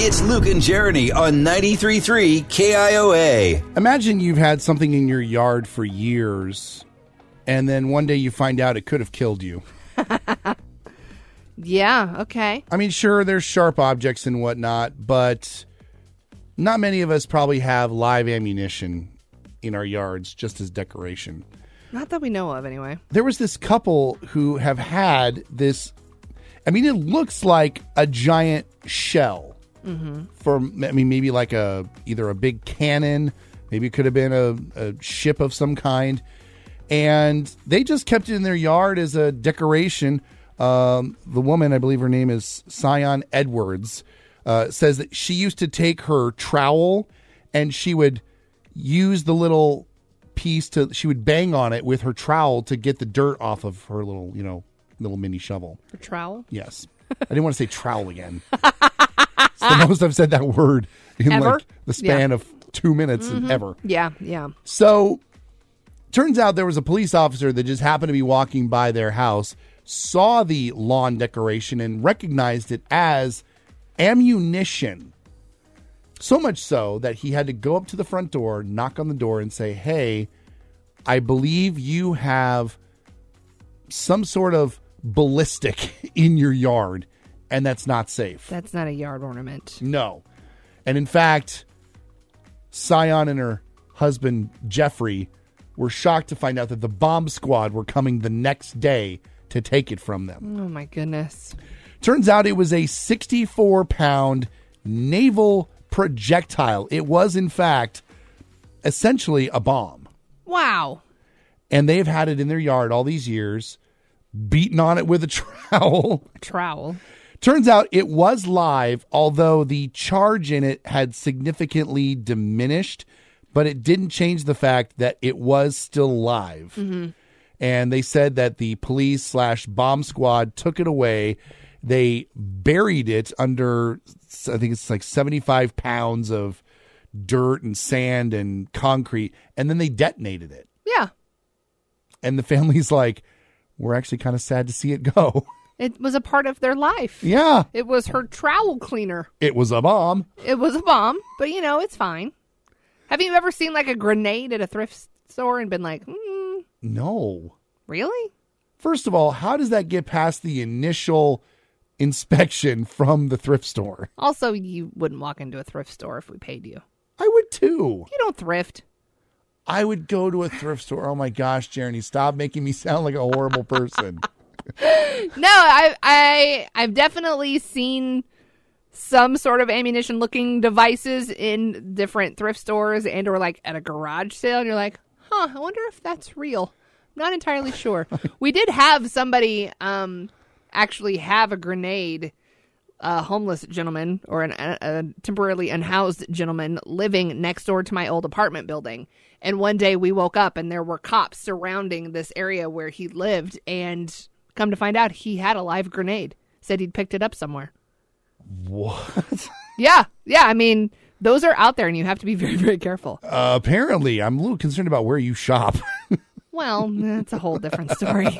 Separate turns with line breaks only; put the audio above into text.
It's Luke and Jeremy on 93.3 KIOA.
Imagine you've had something in your yard for years, and then one day you find out it could have killed you.
Yeah, okay.
I mean, sure, there's sharp objects and whatnot, but not many of us probably have live ammunition in our yards just as decoration.
Not that we know of, anyway.
There was this couple who have had this. I mean, it looks like a giant shell for. I mean, maybe like a either a big cannon, maybe it could have been a, a ship of some kind, and they just kept it in their yard as a decoration. Um, the woman, I believe her name is Sion Edwards, uh, says that she used to take her trowel and she would use the little piece to she would bang on it with her trowel to get the dirt off of her little you know little mini shovel
For trowel?
yes i didn't want to say trowel again it's the most i've said that word in
Ever?
like the span
Yeah. Mm-hmm.
of two minutes and ever
Yeah, yeah.
so turns out there was a police officer that just happened to be walking by their house saw the lawn decoration and recognized it as ammunition so much so that he had to go up to the front door, knock on the door, and say, Hey, I believe you have some sort of ballistic in your yard, and that's not safe.
That's not a yard ornament.
No. And in fact, Sion and her husband, Jeffrey, were shocked to find out that the bomb squad were coming the next day to take it from them.
Oh my goodness.
Turns out it was a 64 pound naval projectile. It was, in fact, essentially a bomb.
Wow.
And they've had it in their yard all these years, beaten on it with a trowel.
Trowel.
Turns out it was live, although the charge in it had significantly diminished, but it didn't change the fact that it was still live. And they said that the police slash bomb squad took it away. They buried it under, I think it's like 75 pounds of dirt and sand and concrete, and then they detonated it.
Yeah.
And the family's like, we're actually kind of sad to see it go.
It was a part of their life.
yeah,
It was her trowel cleaner.
it was a bomb.
It was a bomb, but you know, it's fine. Have you ever seen like a grenade at a thrift store and been like, mm,
No.
really?
First of all, how does that get past the initial inspection from the thrift store?
Also, you wouldn't walk into a thrift store if we paid you.
I would too.
You don't thrift.
I would go to a thrift store. Oh my gosh, Jeremy, stop making me sound like a horrible person.
No, I I I've definitely seen some sort of ammunition looking devices in different thrift stores and or like at a garage sale and you're like, "Huh, I wonder if that's real." I'm not entirely sure. we did have somebody um actually have a grenade a homeless gentleman or an, a, a temporarily unhoused gentleman living next door to my old apartment building. And one day we woke up and there were cops surrounding this area where he lived. And come to find out, he had a live grenade. Said he'd picked it up somewhere.
What?
Yeah. Yeah. I mean, those are out there and you have to be very, very careful.
Uh, apparently, I'm a little concerned about where you shop.
Well, that's a whole different story.